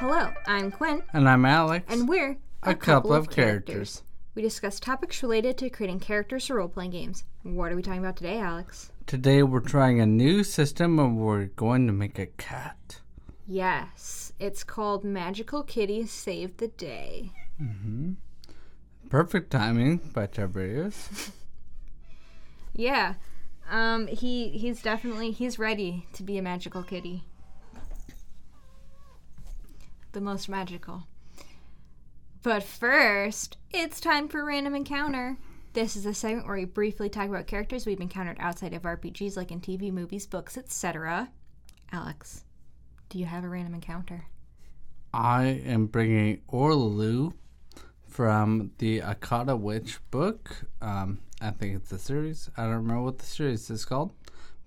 I'm Quinn, And I'm Alex. and we're a, couple, of characters. We discuss topics related to creating characters for role playing games. What are we talking about today, Alex? Today we're trying a new system and we're going to make a cat. Yes, it's called Magical Kitty Save the Day. Perfect timing by Tiberius. Yeah, um, he he's definitely he's ready to be a magical kitty. The most magical. But first, it's time for random encounter. This is a segment where we briefly talk about characters we've encountered outside of RPGs, like in TV, movies, books, etc. Alex, do you have a random encounter? I am bringing Orlu from the Akata Witch book. Um, I think it's a series. I don't remember what the series is called.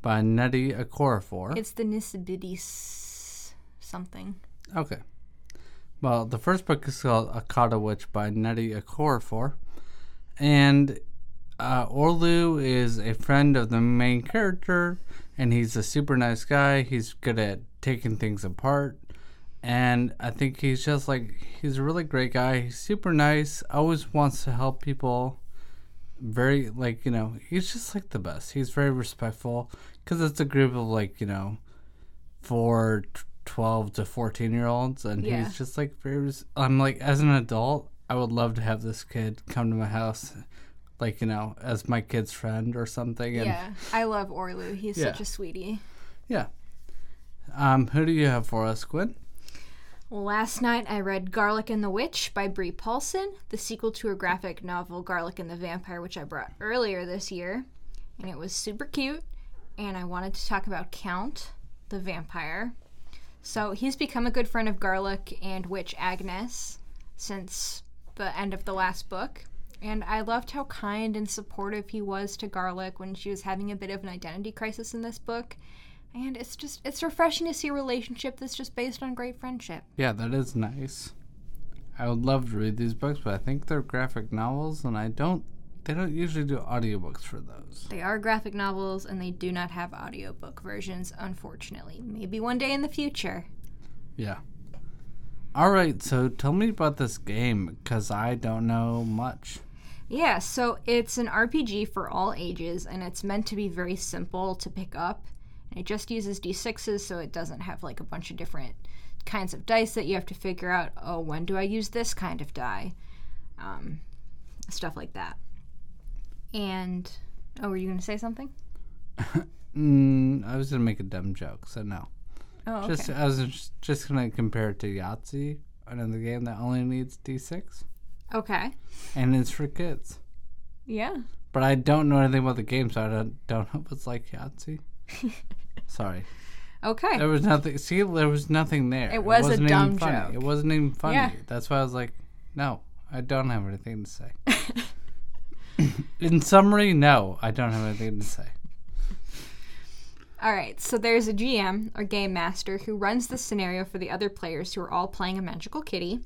By Nettie Okorafor. It's the Nisibidis something. Okay. Well, the first book is called Akata Witch by Nettie Okorafor. And uh, Orlu is a friend of the main character, and he's a super nice guy. He's good at taking things apart. And I think he's just like, he's a really great guy. He's super nice, always wants to help people. Very, like, you know, he's just like the best. He's very respectful because it's a group of, like, you know, for t- 12 to 14 year olds and Yeah. he's just like very res- i'm like as an adult i would love to have this kid come to my house like you know as my kid's friend or something and Yeah, I love Orlu. He's Yeah. such a sweetie. um who do you have for us quinn Last night I read Garlic and the Witch by Brie Paulson, the sequel to her graphic novel Garlic and the Vampire, which I brought earlier this year. And it was super cute. And I wanted to talk about Count, the vampire. So he's become a good friend of Garlic and Witch Agnes since the end of the last book. And I loved how kind and supportive he was to Garlic when she was having a bit of an identity crisis in this book. And it's just, it's refreshing to see a relationship that's just based on great friendship. yeah that is nice i would love to read these books but i think they're graphic novels and i don't they don't usually do audiobooks for those They are graphic novels and they do not have audiobook versions, unfortunately. Maybe one day in the future. yeah all right so tell me about this game because i don't know much Yeah, so it's an RPG for all ages and it's meant to be very simple to pick up. And it just uses d6s so it doesn't have like a bunch of different kinds of dice that you have to figure out, oh, when do I use this kind of die? Um, stuff like that. And, oh, were you going to say something? mm, i was gonna make a dumb joke so no Oh, okay. Just I was just- just gonna compare it to Yahtzee, another game that only needs D6, okay. and it's for kids. Yeah. But I don't know anything about the game, so I don't don't know if it's like Yahtzee. Sorry, Okay. there was nothing. See, there was nothing there. It, was a wasn't even dumb funny. joke. It wasn't even funny. Yeah. That's why I was like, no, I don't have anything to say. In summary, no, I don't have anything to say. All right, so there's a GM or game master who runs the scenario for the other players who are all playing a magical kitty.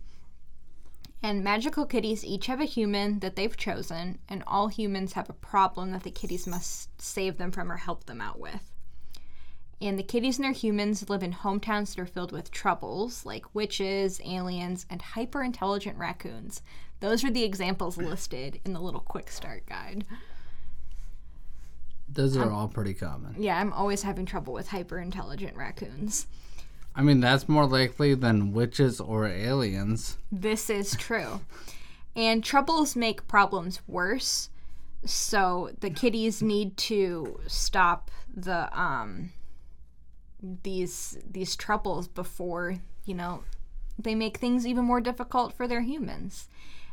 And magical kitties each have a human that they've chosen, and all humans have a problem that the kitties must save them from or help them out with. And the kitties and their humans live in hometowns that are filled with troubles, like witches, aliens, and hyper intelligent raccoons. Those are the examples listed in the little quick start guide. Those are all pretty common. Yeah, I'm always having trouble with hyper intelligent raccoons. I mean, that's more likely than witches or aliens. This is true. And troubles make problems worse. So the kitties need to stop the um these these troubles before, you know, they make things even more difficult for their humans.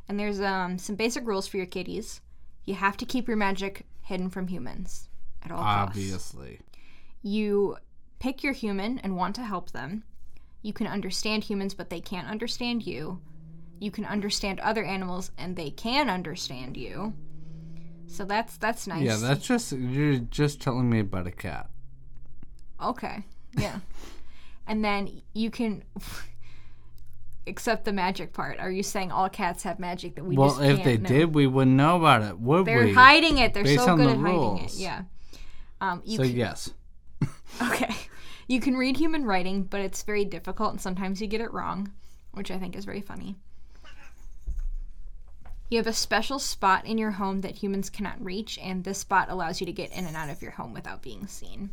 And there's um some basic rules for your kitties. You have to keep your magic hidden from humans at all Ah, costs. Obviously. You pick your human and want to help them. You can understand humans, but they can't understand you. You can understand other animals, and they can understand you. So that's that's nice. Yeah, that's just you're just telling me about a cat. okay. Yeah, and then you can. Except the magic part. Are you saying all cats have magic that we well, just if can't they know? did, we wouldn't know about it, would they're we? hiding it. They're based so on good the at hiding it. rules. Yeah. Um, you so can- yes, Okay. You can read human writing, but it's very difficult and sometimes you get it wrong. which I think is very funny. You have a special spot in your home that humans cannot reach, and this spot allows you to get in and out of your home without being seen.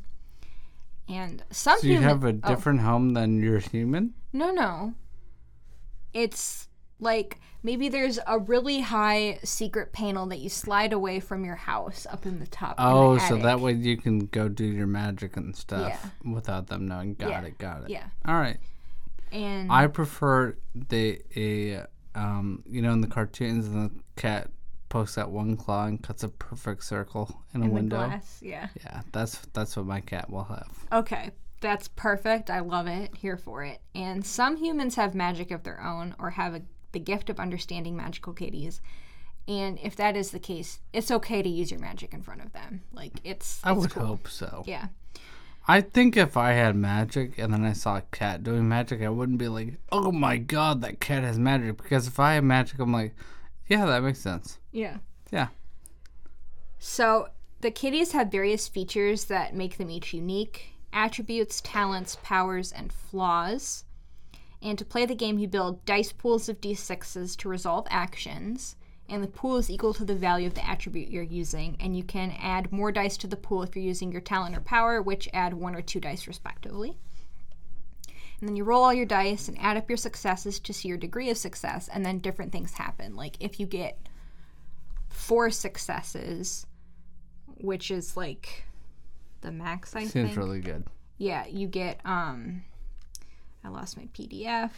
And some So you human- have a oh. different home than your human? No, no. It's like maybe there's a really high secret panel that you slide away from your house up in the top. in the Oh, so that attic. way you can go do your magic and stuff without them knowing. Got Yeah. it, got it. Yeah. All right. And I prefer the a um you know in the cartoons the cat pokes out one claw and cuts a perfect circle in a the window. glass, yeah. Yeah, that's that's what my cat will have. Okay, that's perfect. I love it. Here for it. And some humans have magic of their own or have a, the gift of understanding magical kitties. And if that is the case, it's okay to use your magic in front of them. Like it's, I it's would cool. hope so. Yeah. I think if I had magic and then I saw a cat doing magic, I wouldn't be like, "Oh my god, that cat has magic." Because if I had magic, I'm like, "Yeah, that makes sense." Yeah. Yeah. So the kitties have various features that make them each unique attributes, talents, powers, and flaws. And to play the game, you build dice pools of d6s to resolve actions, and the pool is equal to the value of the attribute you're using. And you can add more dice to the pool if you're using your talent or power, which add one or two dice respectively. And then you roll all your dice and add up your successes to see your degree of success, and then different things happen. Like if you get four successes, which is like the max, I Seems think. really good. Yeah, you get um I lost my PDF.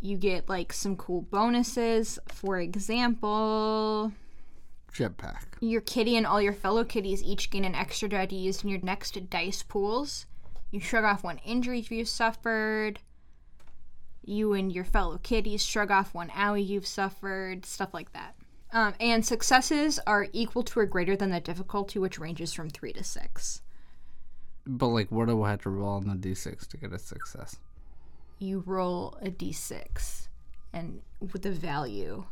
You get like some cool bonuses. For example, Jetpack. your kitty and all your fellow kitties each gain an extra die to use in your next dice pools. You shrug off one injury you suffered. You and your fellow kitties shrug off one owie you've suffered, stuff like that. Um, and successes are equal to or greater than the difficulty, which ranges from three to six. But like, what do I have to roll on the d6 to get a success? you roll a d6 and with the value.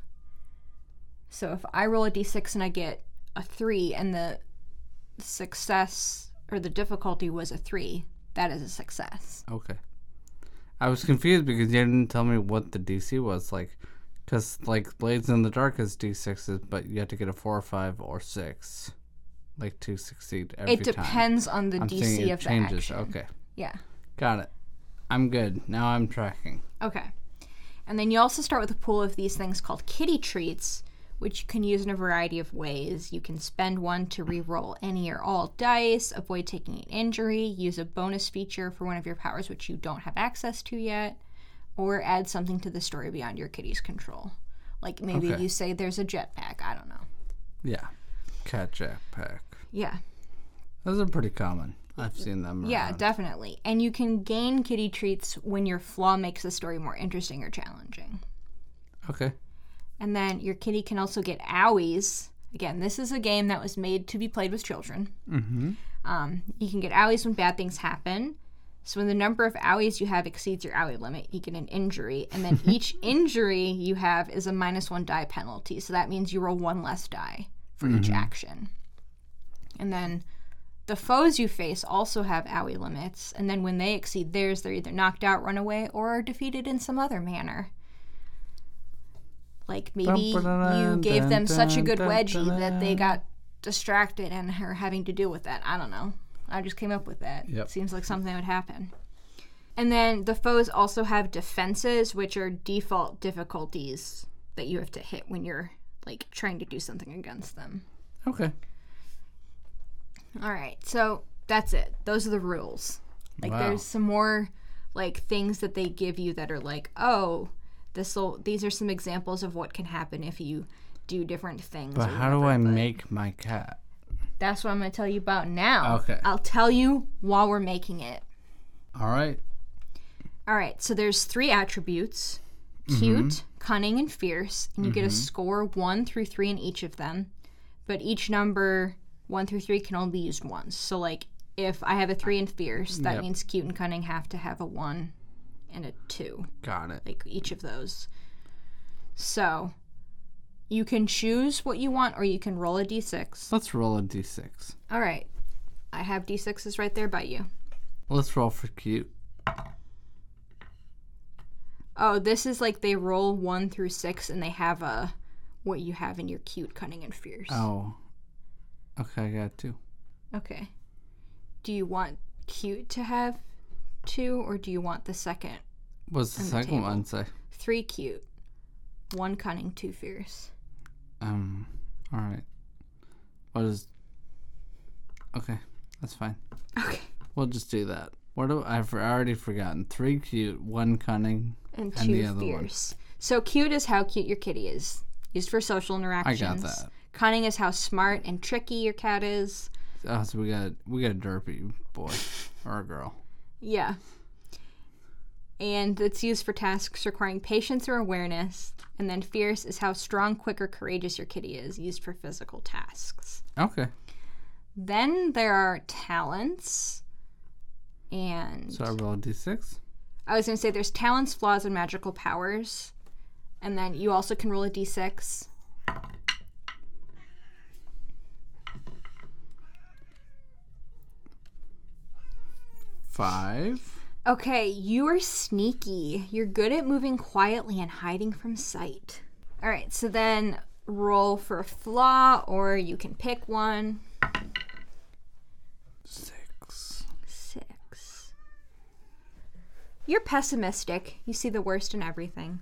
So if I roll a d6 and I get a 3 and the success or the difficulty was a 3, that is a success. Okay. I was confused because you didn't tell me what the DC was like. Because, like, Blades in the Dark is D6s, but you have to get a 4, 5, or 6. Like, to succeed every it time. depends on the I'm thinking DC it of the changes. action. Okay. Yeah. Got it. I'm good. Now I'm tracking. Okay. And then you also start with a pool of these things called kitty treats, which you can use in a variety of ways. You can spend one to re-roll any or all dice, avoid taking an injury, use a bonus feature for one of your powers which you don't have access to yet, or add something to the story beyond your kitty's control. Like maybe Okay. you say there's a jetpack, I don't know. Yeah. Cat Jetpack. Yeah. Those are pretty common. I've seen them. Yeah, around. definitely. And you can gain kitty treats when your flaw makes the story more interesting or challenging. Okay. And then your kitty can also get owies. Again, this is a game that was made to be played with children. Mm-hmm. Um, you can get owies when bad things happen. So when the number of owies you have exceeds your owie limit, you get an injury. And then each injury you have is a minus one die penalty. So that means you roll one less die for each action. And then the foes you face also have owie limits. And then when they exceed theirs, they're either knocked out, run away, or are defeated in some other manner. Like maybe you Dum-ba-da-dum, gave them such a good dum-dum, wedgie that they got distracted and are having to deal with that. I don't know. I just came up with that. Yep. Seems like something that would happen. And then the foes also have defenses, which are default difficulties that you have to hit when you're like trying to do something against them. Okay. All right. So that's it. Those are the rules. Like Wow. there's some more like things that they give you that are like, "Oh, this will these are some examples of what can happen if you do different things." But or how do I make my cat? That's what I'm going to tell you about now. Okay. I'll tell you while we're making it. All right. All right, so there's three attributes cute, cunning, and fierce, and you get a score one through three in each of them. But each number one through three can only be used once. So, like, if I have a three and fierce, that Yep. means cute and cunning have to have a one and a two Got it. like each of those. So, you can choose what you want, or you can roll a d6. Let's roll a d6. All right, I have d6s right there by you. Let's roll for cute. Oh, this is like they roll one through six and they have a what you have in your cute, cunning, and fierce. Oh. Okay, I got two. Okay. Do you want cute to have two or do you want the second? What's the On the second table. one say? Three cute, one cunning, two fierce. Um. All right. What is? Okay, that's fine. Okay. We'll just do that. What do I've already forgotten? Three cute, one cunning. And And the two other one. fierce. So cute is how cute your kitty is, used for social interactions. that. Cunning is how smart and tricky your cat is. Oh, so we got we got a derpy boy or a girl. Yeah. And it's used for tasks requiring patience or awareness. And then fierce is how strong, quick, or courageous your kitty is, used for physical tasks. Okay, Then there are talents. And so I roll a d6. I was going to say there's talents, flaws, and magical powers. And then you also can roll a d6. Five. Okay, you are sneaky. You're good at moving quietly and hiding from sight. All right, so then roll for a flaw, or you can pick one. Six. Six. You're pessimistic. You see the worst in everything.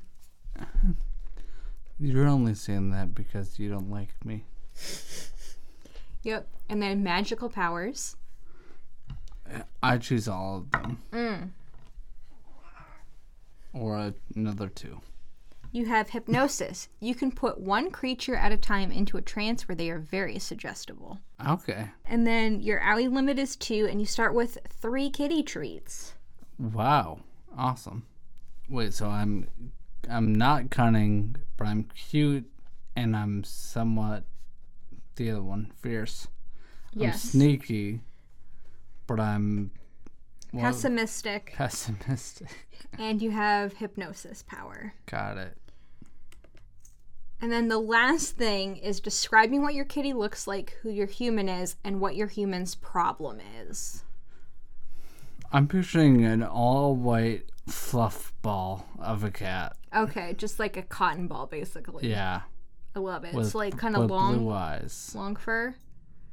You're only saying that because you don't like me. Yep. And then magical powers. I choose all of them. Mm. Or a, another two. You have hypnosis. You can put one creature at a time into a trance where they are very suggestible. Okay. And then your alley limit is two, and you start with three kitty treats. Wow. Awesome. Wait, so I'm I'm not cunning, but I'm cute and I'm somewhat the other one, fierce. I'm sneaky, but I'm well, Pessimistic. pessimistic. And you have hypnosis power. Got it. And then the last thing is describing what your kitty looks like, who your human is, and what your human's problem is. I'm picturing an all white fluff ball of a cat. Okay, just like a cotton ball, basically. Yeah. I love it. with- it's like kind of with long, blue eyes. long fur.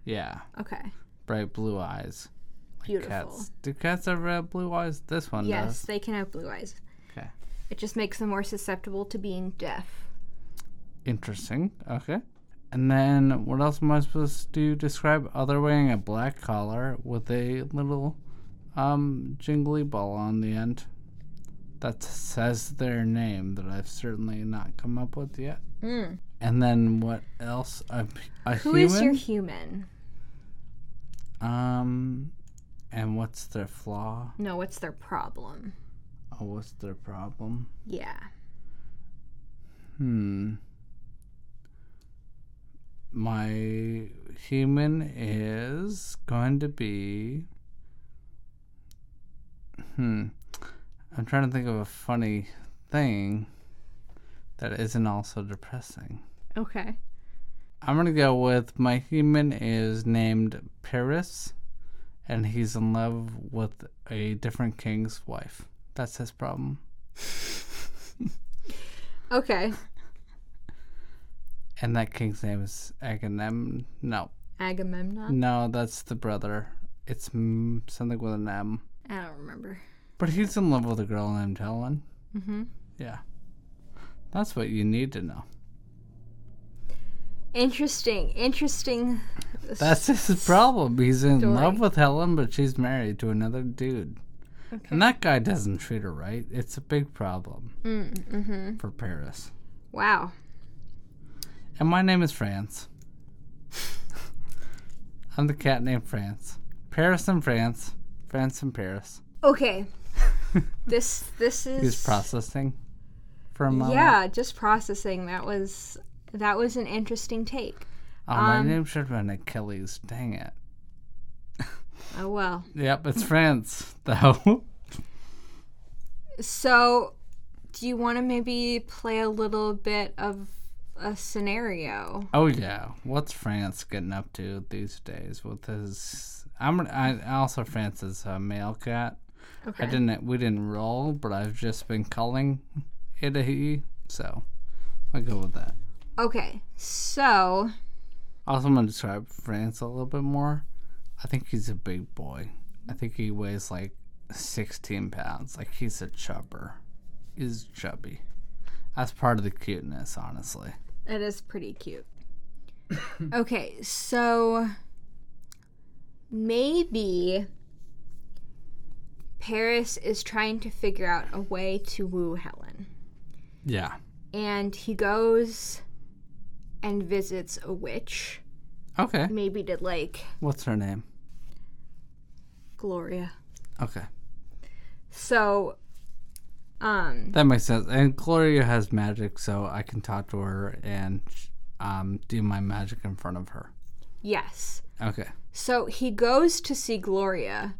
Yeah. Okay, Bright blue eyes. beautiful. Cats. Do cats ever have blue eyes? This one Yes, they can have blue eyes. does. Okay. It just makes them more susceptible to being deaf. Interesting. Okay. And then what else am I supposed to describe other wearing a black collar with a little um jingly ball on the end that says their name that I've certainly not come up with yet. Mm. And then what else? A, a Who human? is your human? um and what's their flaw? No, what's their problem? Or what's their problem? Yeah. Hmm. My human is going to be. Hmm. I'm trying to think of a funny thing that isn't also depressing. Okay. I'm going to go with my human is named Paris, and he's in love with a different king's wife. That's his problem. Okay. And that king's name is Agamemnon. No. Agamemnon. No, that's the brother. It's m- something with an M. I don't remember. But he's in love with a girl named Helen. Mm-hmm. Yeah. That's what you need to know. Interesting. Interesting. That's his problem. He's in Story. love with Helen, but she's married to another dude. Okay. And that guy doesn't treat her right. It's a big problem Mm-hmm. for Paris. Wow. And my name is France. I'm the cat named France. Paris and France. France and Paris. Okay. this this is He's processing for a moment. Yeah, just processing. That was that was an interesting take. Oh, my Um, name should have been Achilles. Dang it. Oh well. Yep, it's France, though. So, do you want to maybe play a little bit of a scenario? oh yeah, what's France getting up to these days with his? I'm I also France is a male cat. Okay. I didn't we didn't roll, but I've just been calling it a he. So I go with that. Okay, so Also, I'm gonna describe France a little bit more. I think he's a big boy. I think he weighs like 16 pounds. Like he's a chubber. He's chubby. That's part of the cuteness, honestly. it is pretty cute. okay, so maybe Paris is trying to figure out a way to woo Helen. Yeah. And he goes and visits a witch, Okay. maybe to like What's her name? Gloria. Okay. So, um, That makes sense. And Gloria has magic, so I can talk to her and um, do my magic in front of her. yes. Okay. So he goes to see Gloria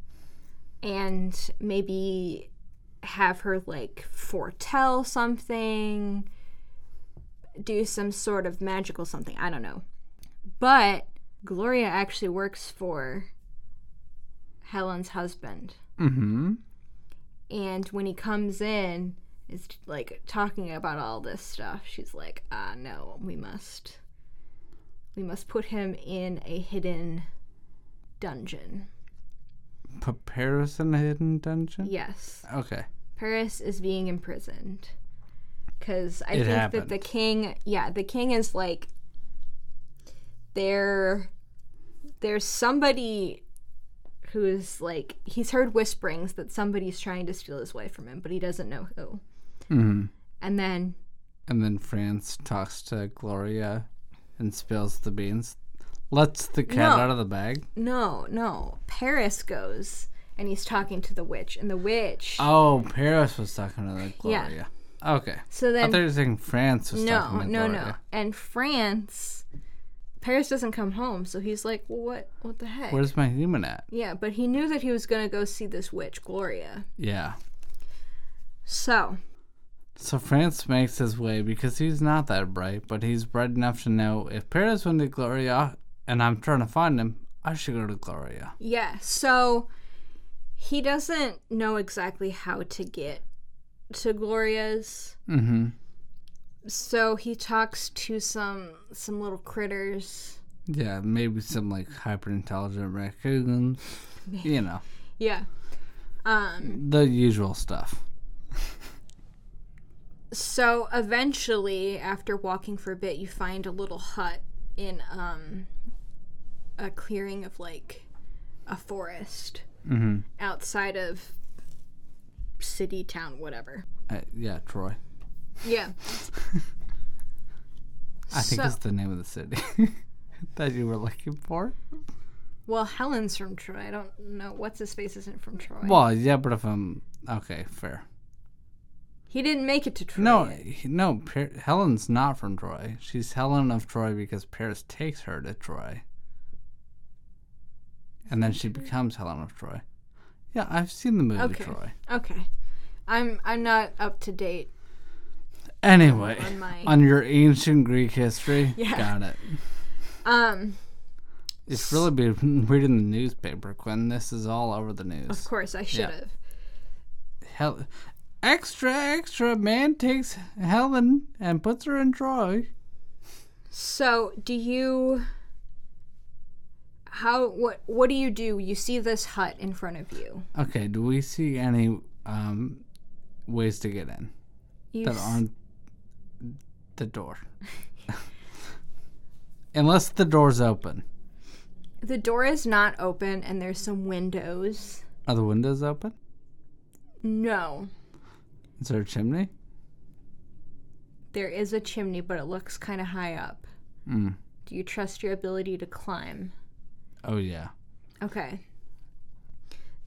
and maybe have her like foretell something, do some sort of magical something. I don't know. But Gloria actually works for Helen's husband. Mm-hmm. And when he comes in, is like talking about all this stuff. She's like, "Ah, no, we must, we must put him in a hidden dungeon." Put Paris in a hidden dungeon? Yes, Okay. Paris is being imprisoned because I It think that happened. the king, yeah, the king is like, there, there's somebody who's like he's heard whisperings that somebody's trying to steal his wife from him, but he doesn't know who. Mm-hmm. And then And then France talks to Gloria and spills the beans. Lets the cat No. out of the bag. No, no. Paris goes and he's talking to the witch, and the witch. Oh, Paris was talking to the Yeah. Gloria. Okay. so I then, thought you were saying France was no, talking to no, Gloria. no. And France, Paris doesn't come home, so he's like, well, what, what the heck? Where's my human at? yeah, but he knew that he was gonna go see this witch, Gloria. Yeah. So So France makes his way because he's not that bright, but he's bright enough to know if Paris went to Gloria and I'm trying to find him, I should go to Gloria. yeah, so he doesn't know exactly how to get to Gloria's. Mm-hmm. So he talks to some some little critters. Yeah, maybe some like hyper intelligent raccoons. you know, Yeah. Um. the usual stuff. So eventually, after walking for a bit, you find a little hut in um, a clearing of like a forest Mm-hmm. outside of city, town, whatever. Uh, yeah, Troy. Yeah. I think so, it's the name of the city that you were looking for. well, Helen's from Troy. I don't know what's his face isn't from Troy. Well, yeah, but if I'm okay, fair. he didn't make it to Troy. No, he- no. Per- Helen's not from Troy. She's Helen of Troy because Paris takes her to Troy, and then she becomes Helen of Troy. Yeah, I've seen the movie Okay. Troy. Okay. I'm I'm not up to date. Anyway, On on, my- your ancient Greek history, Yeah. got it. Um, It's really been reading the newspaper, Quinn. This is all over the of news. course I should have. Hel- extra, extra, man takes Helen and puts her in Troy. So, do you how what what do you do? You see this hut in front of you. Okay, do we see any um, ways to get in? You that s- aren't the door. Unless the door's open. the door is not open and there's some windows. Are the windows open? No. Is there a chimney? There is a chimney, but it looks kind of high up. Mm. Do you trust your ability to climb? Oh, yeah. Okay.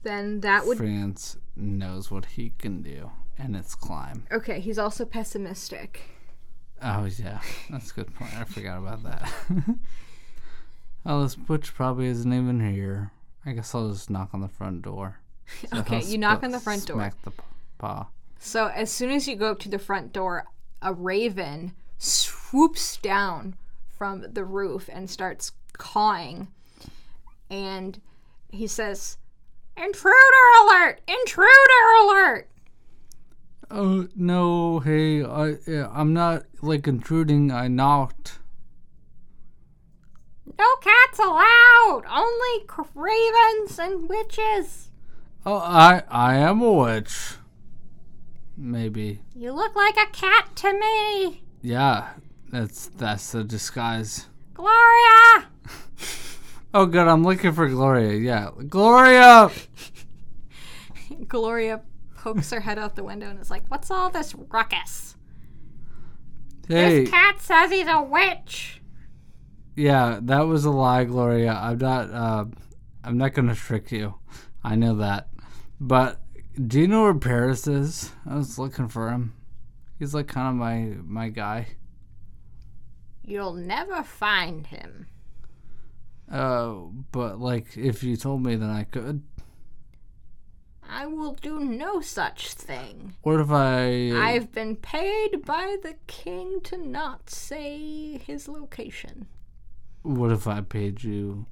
Then that would France knows what he can do, and it's climb. Okay, he's also pessimistic. Oh, yeah. That's a good point. I forgot about that. oh, this butch probably isn't even here. I guess I'll just knock on the front door. So Okay, he'll you knock sp- on the front door. Smack the p- paw. So as soon as you go up to the front door, a raven swoops down from the roof and starts cawing. And he says, Intruder alert! Intruder alert! Oh no! Hey, I uh, I'm not like intruding. I knocked. No cats allowed! Only cravens and witches! Oh, I I am a witch. Maybe. You look like a cat to me! Yeah, that's that's the disguise. Gloria! Oh good, I'm looking for Gloria. Yeah, Gloria. Gloria pokes her head out the window and is like, What's all this ruckus? Hey. This cat says he's a witch! Yeah, that was a lie, Gloria. I'm not. Uh, I'm not gonna trick you. I know that. But do you know where Paris is? I was looking for him. He's like kind of my my guy. You'll never find him. Uh, but like if you told me, then I could. I will do no such thing. What if I? I've been paid by the king to not say his location. What if I paid you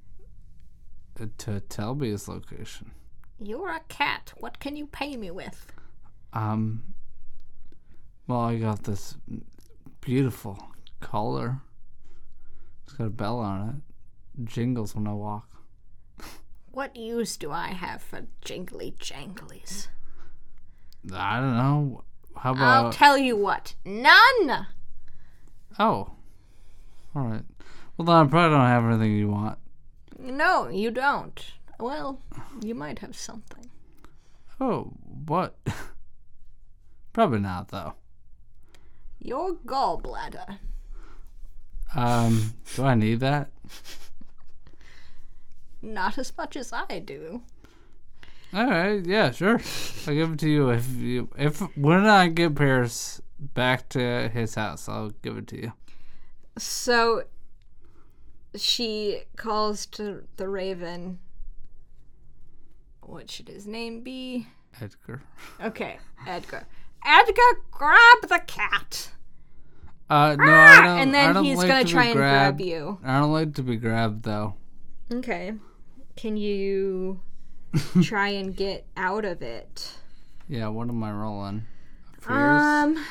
to tell me his location? You're a cat. What can you pay me with? Um. Well, I got this beautiful collar. It's got a bell on it. Jingles when I walk. What use do I have for jingly janglies? I don't know. How about? I'll tell you what. None! Oh. All right. Well, then I probably don't have anything you want. No, you don't. Well, you might have something. Oh, what? probably not, though. Your gallbladder. Um, do I need that? Not as much as I do. All right, yeah, sure. I'll give it to you if you if when I get Paris back to his house, I'll give it to you. So she calls to the raven. What should his name be? Edgar. Okay, Edgar. Edgar, grab the cat! Ah, Uh, no, I don't, and I then don't he's like gonna to be try and grab grabbed. you. I don't like to be grabbed though. Okay. Can you try and get out of it? Yeah, what am I rolling? Fears? Um,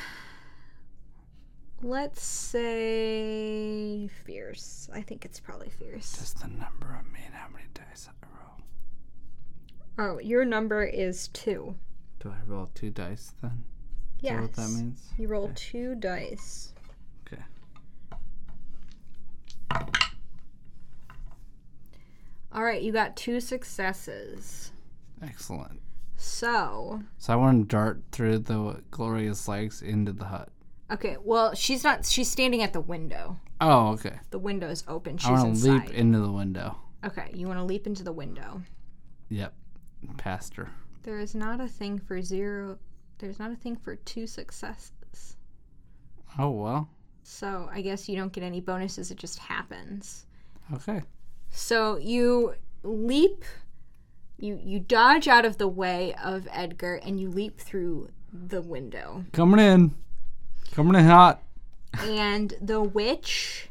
let's say fierce. I think it's probably fierce. That's the number of me and how many dice I roll. Oh, your number is two. Do I roll two dice then? Is that Yes. what that means? You roll two dice. Okay. All right, you got two successes. Excellent. So, So I want to dart through the glorious legs into the hut. okay. Well, she's not. She's standing at the window. Oh, okay. The window is open. She's I want to inside. leap into the window. okay, you want to leap into the window. Yep. Pastor. There is not a thing for zero. There's not a thing for two successes. Oh, well. So I guess you don't get any bonuses, it just happens. Okay. So you leap, you you dodge out of the way of Edgar and you leap through the window. Coming in. Coming in hot. And the witch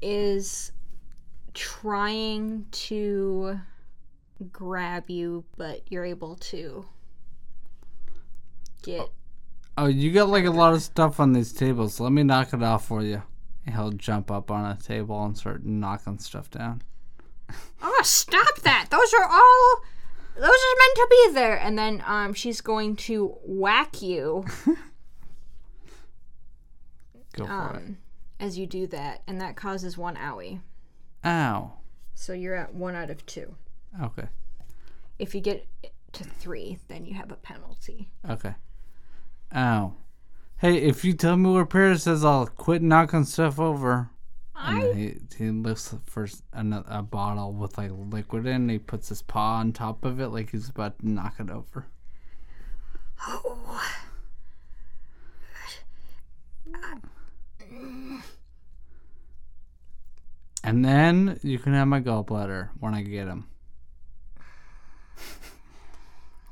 is trying to grab you, but you're able to get Oh, you got like a lot of stuff on these tables. Let me knock it off for you. And he'll jump up on a table and start knocking stuff down. Oh, stop that! Those are all. Those are meant to be there. And then um, she's going to whack you Go for um, as you do that, and that causes one owie. it. Ow. So you're at one out of two. Okay. If you get to three, then you have a penalty. Okay. Ow. Hey, if you tell me where Paris is, I'll quit knocking stuff over. And then he, he looks for s- ano- a bottle with like liquid in. And he puts his paw on top of it like he's about to knock it over. And then you can have my gallbladder when I get him.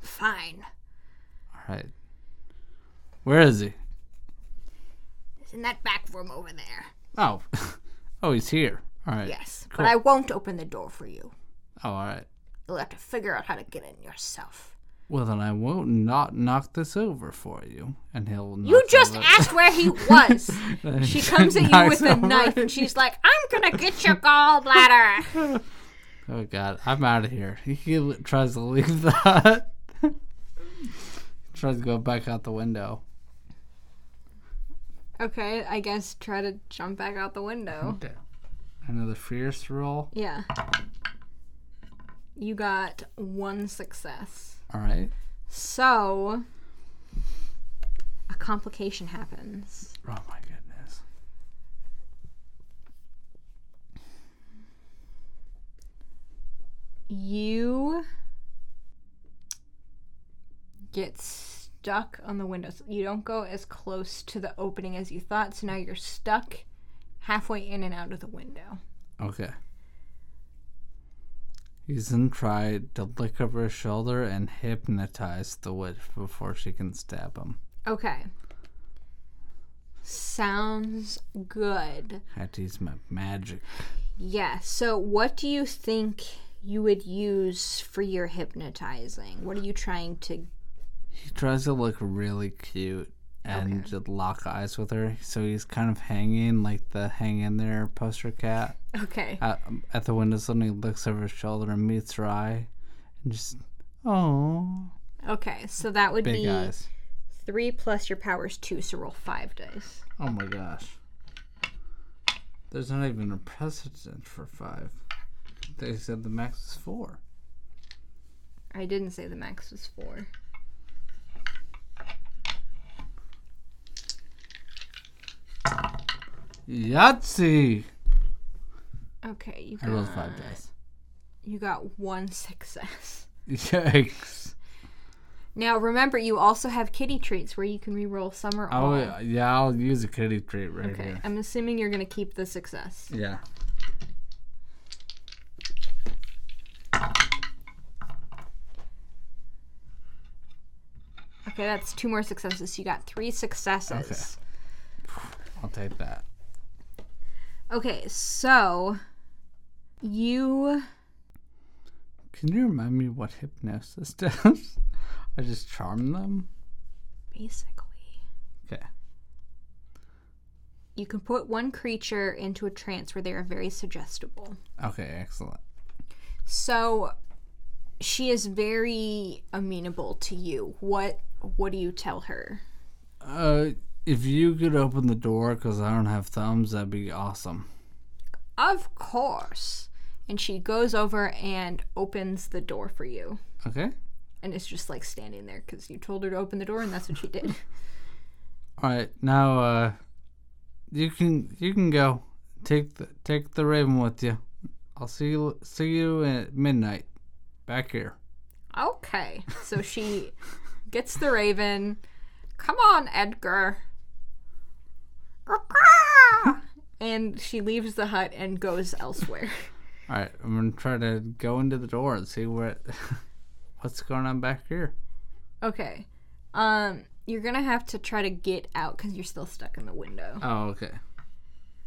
Fine. All right. Where is he? It's in that back room over there. Oh, oh, he's here. All right. Yes. Cool. But I won't open the door for you. Oh, all right. You'll have to figure out how to get in yourself. Well, then I won't not knock this over for you. And he'll. You knock just over- asked where he was. And She he comes at you knocks with a over. knife and she's like, I'm gonna get your gallbladder. Oh God, I'm out of here. He l- tries to leave the hut. tries to go back out the window. Okay, I guess try to jump back out the window. Okay. Another fierce roll. Yeah. You got one success. All right. So, a complication happens. Oh my goodness. You get stuck on the window. So You don't go as close to the opening as you thought, so now you're stuck halfway in and out of the window. Okay. He's then tried to lick over his shoulder and hypnotize the witch before she can stab him. Okay. Sounds good. Had to use my magic. Yeah. So, what do you think you would use for your hypnotizing? What are you trying to? He tries to look really cute and just lock eyes with her. So he's kind of hanging like the hang in there poster cat Okay. at, at the window. Suddenly he looks over his shoulder and meets her eye and just, oh, Okay. So that would big be eyes. three plus your powers two. So roll five dice. Oh my gosh. There's not even a precedent for five. They said the max is four. I didn't say the max was four. Yahtzee! Okay. You I got, rolled five dice. you got one success. Yikes. Now remember, you also have kitty treats where you can re-roll some or all. Oh, yeah, yeah, I'll use a kitty treat right Okay. here. I'm assuming you're gonna keep the success. Yeah. Okay, that's two more successes. You got three successes. I'll take that. Okay, so you Can you remind me what hypnosis does? I just charm them? basically Okay. you can put one creature into a trance where they are very suggestible. Okay, excellent. So she is very amenable to you. What what do you tell her? Uh, if you could open the door because I don't have thumbs, that'd be awesome. Of course. And she goes over and opens the door for you. Okay? And it's just like standing there because you told her to open the door and that's what she did. All right, now uh, you can you can go. Take the take the raven with you. I'll see you see you at midnight. Back here. Okay. So she gets the raven. Come on, Edgar. And she leaves the hut and goes elsewhere. All right, I'm gonna try to go into the door and see what what's going on back here. Okay. Um, you're gonna have to try to get out because you're still stuck in the window. Oh, okay.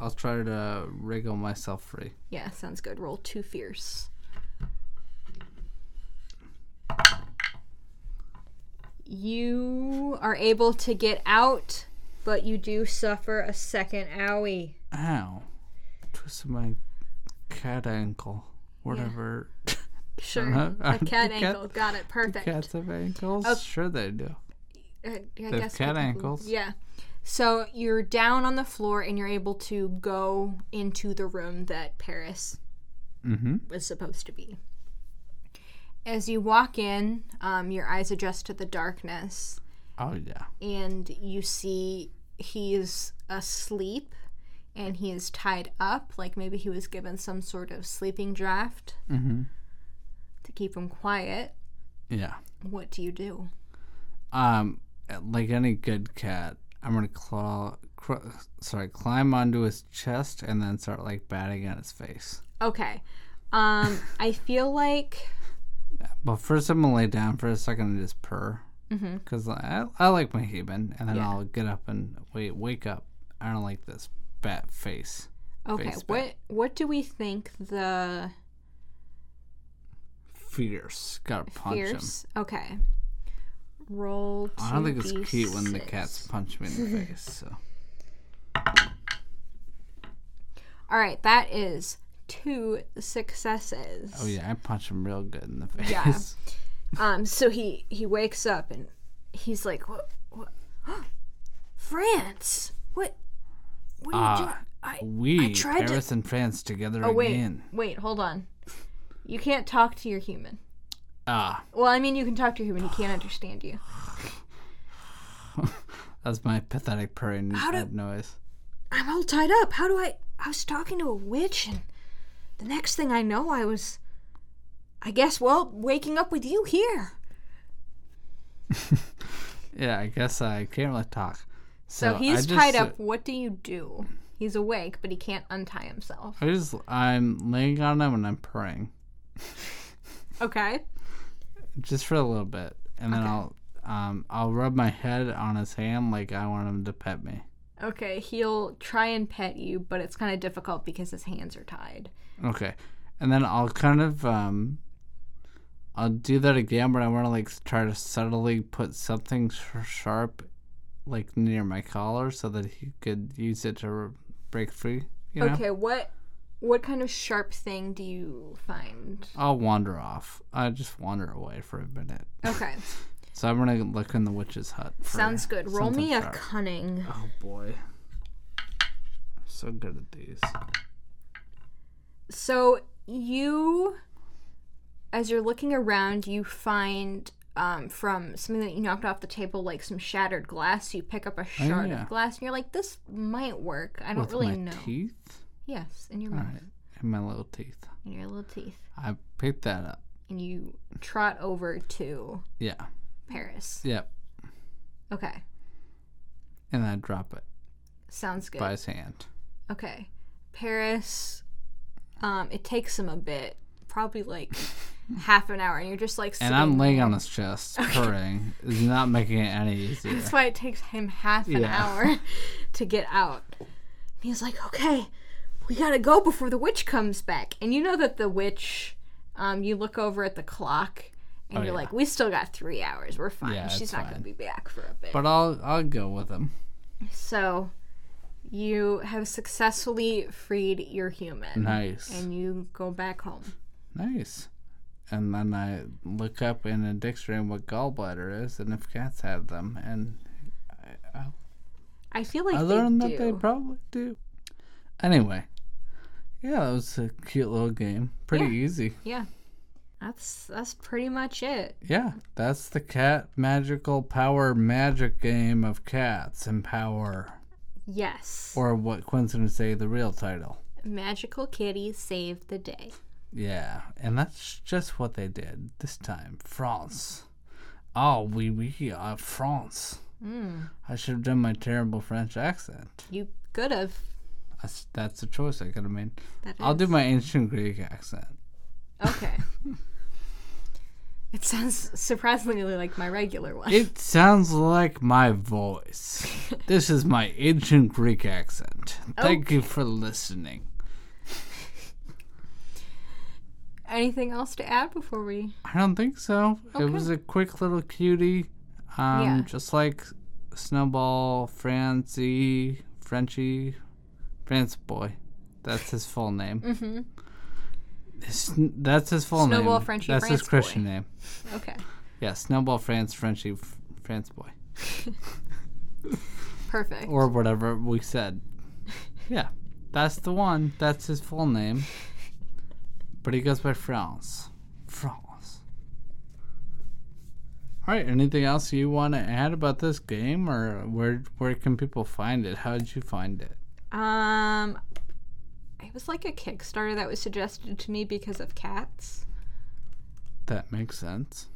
I'll try to wriggle myself free. Yeah, sounds good. Roll two fierce. You are able to get out, but you do suffer a second owie. Ow! Twisted my cat ankle. Whatever. Sure. Uh-huh. A The cat cat- ankle. Got it. Perfect. Cats have ankles. Sure they do. Uh, I have guess cat we- ankles. Yeah. So you're down on the floor and you're able to go into the room that Paris Mm-hmm. was supposed to be. As you walk in, um, your eyes adjust to the darkness Oh yeah. and you see he is asleep and he is tied up. Like maybe he was given some sort of sleeping draft Mm-hmm. to keep him quiet. Yeah. What do you do? Um, like any good cat, I'm gonna claw, cr- sorry, climb onto his chest and then start like batting at his face. Okay. Um, I feel like. But first, I'm gonna lay down for a second and just purr, Mhm. because I, I like my human, and then Yeah. I'll get up and wait, wake up. I don't like this bat face. Okay, face what what do we think the Fierce, gotta punch him. fierce? Okay, Roll. I don't think it's 2d6. cute when the cats punch me in the face. So All right, that is two successes. oh yeah, I punch him real good in the face. Yeah. Um, so he he wakes up and he's like, "What? what? France? What? What are you Ah, doing?" We tried to- Paris and France together I, oh wait, again. wait, hold on. You can't talk to your human. Ah, Well, I mean, you can talk to your human. He can't understand you. that's my pathetic purring do- that noise. I'm all tied up. How do I? I was talking to a witch, and the next thing I know, I was, I guess, well, waking up with you here. Yeah, I guess I can't really talk. So I he's just tied sit- up. What do you do? He's awake, but he can't untie himself. I just I'm laying on him and I'm purring Okay. just for a little bit, and then I'll um I'll rub my head on his hand like I want him to pet me. Okay, he'll try and pet you, but it's kind of difficult because his hands are tied. Okay, and then I'll kind of um I'll do that again, but I want to like try to subtly put something sh- sharp like near my collar so that he could use it to r- break free. You know, Okay, what what kind of sharp thing do you find? I'll wander off. I just wander away for a minute. Okay, So I'm gonna look in the witch's hut. for sounds good. Roll something me a sharp. cunning. Oh boy. I'm so good at these. So you, as you're looking around, you find um, from something that you knocked off the table, like some shattered glass. You pick up a shard Oh, yeah. of glass, and you're like, "This might work." I don't With really my know. teeth Yes, in your mouth, and my little teeth. in your little teeth, I picked that up. and you trot over to Yeah. Paris. Yep. Okay. And I drop it Sounds good. by his hand. Okay. Paris, um, it takes him a bit, probably like half an hour, and you're just like sitting. And I'm laying on his chest, purring. It's not making it any easier. That's why it takes him half an Yeah. hour to get out. And he's like, okay, we gotta go before the witch comes back. And you know that the witch, um, you look over at the clock. And Oh, you're yeah. like, we still got three hours. We're fine. Yeah, She's it's not fine. going to be back for a bit. But I'll I'll go with him. so, you have successfully freed your human. Nice. And you go back home. nice. And then I look up in a dictionary what gallbladder is and if cats have them. And I feel like I they learned do. that they probably do. Anyway. Yeah, that was a cute little game. Pretty easy. yeah, that's that's pretty much it. Yeah, that's the cat magical power magic game of cats and power, Yes, or what Quentin would say, the real title. magical kitty saved the day. Yeah, and that's just what they did this time. France. Oh, oui, oui, uh, France. I should have done my terrible French accent. You could have. That's, that's a choice I could have made. That I'll do my ancient Greek accent. Okay. it sounds surprisingly like my regular one. It sounds like my voice. this is my ancient Greek accent. Thank you for listening. Anything else to add before we? I don't think so. It was a quick little cutie. Um, Yeah. Just like Snowball, Francie, Frenchie, France Boy. That's his full name. Mm-hmm. that's his full name. Snowball, Frenchie, That's France his Boy. Christian name. Okay. Yeah, Snowball, France, Frenchie, F- France Boy. Perfect. Or whatever we said. yeah, that's the one. That's his full name. But he goes by France. France. All right. Anything else you want to add about this game, or where where can people find it? How did you find it? um, it was like a Kickstarter that was suggested to me because of cats. That makes sense.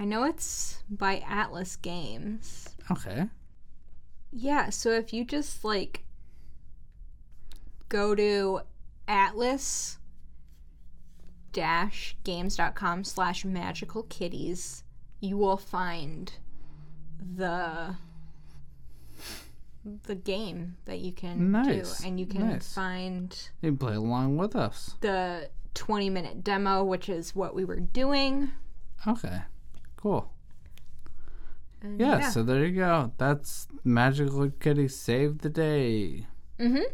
I know it's by Atlas Games. Okay. Yeah, so if you just like go to atlas dash games.com slash magical kitties, you will find the the game that you can Nice, do and you can nice. find You can play along with us. the 20 minute demo which is what we were doing Okay. Cool. And Yeah, so there you go. That's Magical Kitty Save the Day. Mhm.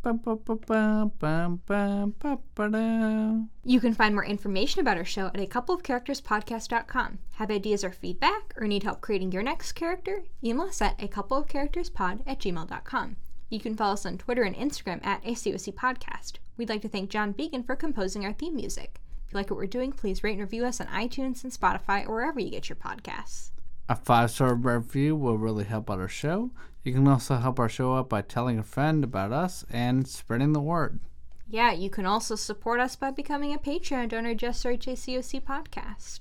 Bum, bum, bum, bum, bum, bum, bum, ba-dum. You can find more information about our show at a couple of characterspodcast.com. Have ideas or feedback, or need help creating your next character? Email us at a couple of characterspod at gmail.com. You can follow us on Twitter and Instagram at ACOC Podcast. We'd like to thank John Began for composing our theme music. If you like what we're doing, please rate and review us on iTunes and Spotify or wherever you get your podcasts. A five star review will really help out our show. You can also help our show up by telling a friend about us and spreading the word. Yeah, you can also support us by becoming a Patreon donor just search ACOC Podcast.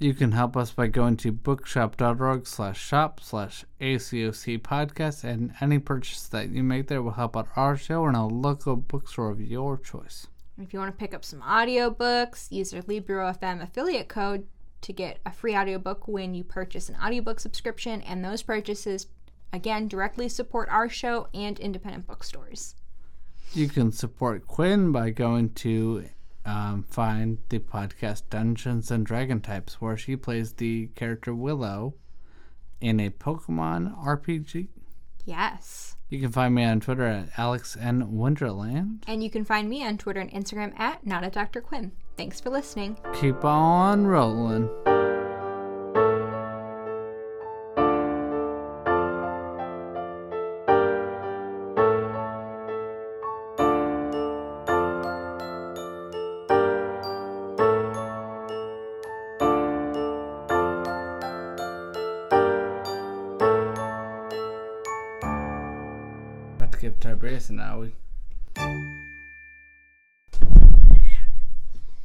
You can help us by going to bookshop.org slash shop slash ACOC podcast, and any purchase that you make there will help out our show and a local bookstore of your choice. If you want to pick up some audiobooks, use our Libro FM affiliate code to get a free audiobook when you purchase an audiobook subscription, and those purchases again directly support our show and independent bookstores. You can support Quinn by going to um, find the podcast Dungeons and Dragon Types, where she plays the character Willow in a Pokemon RPG. Yes. You can find me on Twitter at AlexNWonderland. And you can find me on Twitter and Instagram at not a Dr. Quinn. Thanks for listening. Keep on rolling. About to give Tiberius an hour.